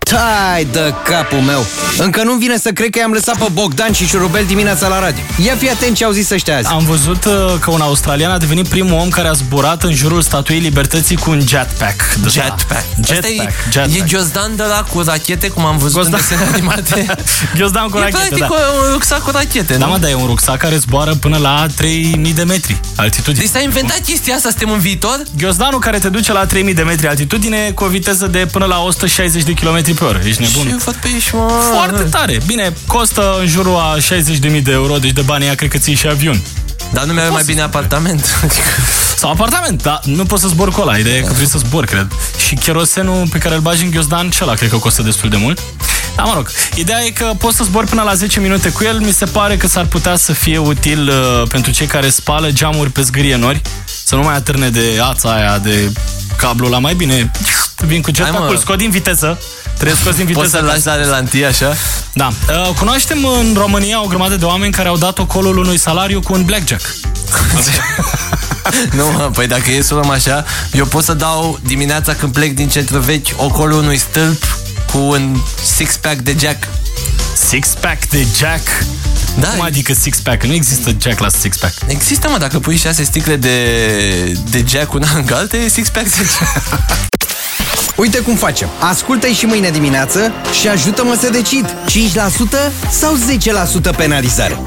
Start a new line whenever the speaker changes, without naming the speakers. Tai de capul meu! Încă nu-mi vine să cred că i-am lăsat pe Bogdan și Șurubel dimineața la radio. Ia fi atent ce au zis ăștia azi.
Am văzut uh, că un australian a devenit primul om care a zburat în jurul statuiei libertății cu un jetpack. De-
Jetpack. Asta
Jetpack.
e,
jetpack.
e Ghiozdan de la cu rachete, cum am văzut
Gozdan.
în desene animate.
Ghiozdan cu
e
rachete,
practic
da.
un rucsac cu rachete,
Da,
nu?
mă, dar e un rucsac care zboară până la 3000 de metri altitudine.
Deci s-a inventat chestia asta, suntem în viitor?
Ghiozdanul care te duce la 3000 de metri altitudine cu o viteză de până la 160 de km pe oră. Ești nebun.
Și eu fac pe aici, mă.
Foarte tare. Bine, costă în jurul a 60.000 de euro, deci de bani ea cred că ții și avion.
Dar nu mi-are mai bine apartament. Adică,
Sau apartament, dar nu poți să zbor cu ăla. Ideea e că trebuie să zbor, cred. Și cherosenul pe care îl bagi în ghiozdan, și ăla cred că costă destul de mult. Dar mă rog, ideea e că poți să zbori până la 10 minute cu el. Mi se pare că s-ar putea să fie util uh, pentru cei care spală geamuri pe zgârie nori, să nu mai atârne de ața aia, de cablul la mai bine. Vin cu
Hai,
jetpack-ul,
mă.
scot din viteză. Trebuie scos din viteză.
Poți să-l
ca
lași la relantie, așa?
Da. Uh, Cunoaștem în România o grămadă de oameni care au dat ocolul unui salariu cu un blackjack.
Nu, mă, păi dacă e să luăm așa, eu pot să dau dimineața când plec din centru vechi ocolul unui stâlp cu un six-pack de jack.
Six-pack de jack.
Da,
Cum adică six-pack? Nu există jack la six-pack.
există, mă, dacă pui șase sticle de, de jack una în alta, e six-pack de jack.
Uite cum facem. Ascultă-i și mâine dimineață și ajută-mă să decid. 5% sau 10% penalizare?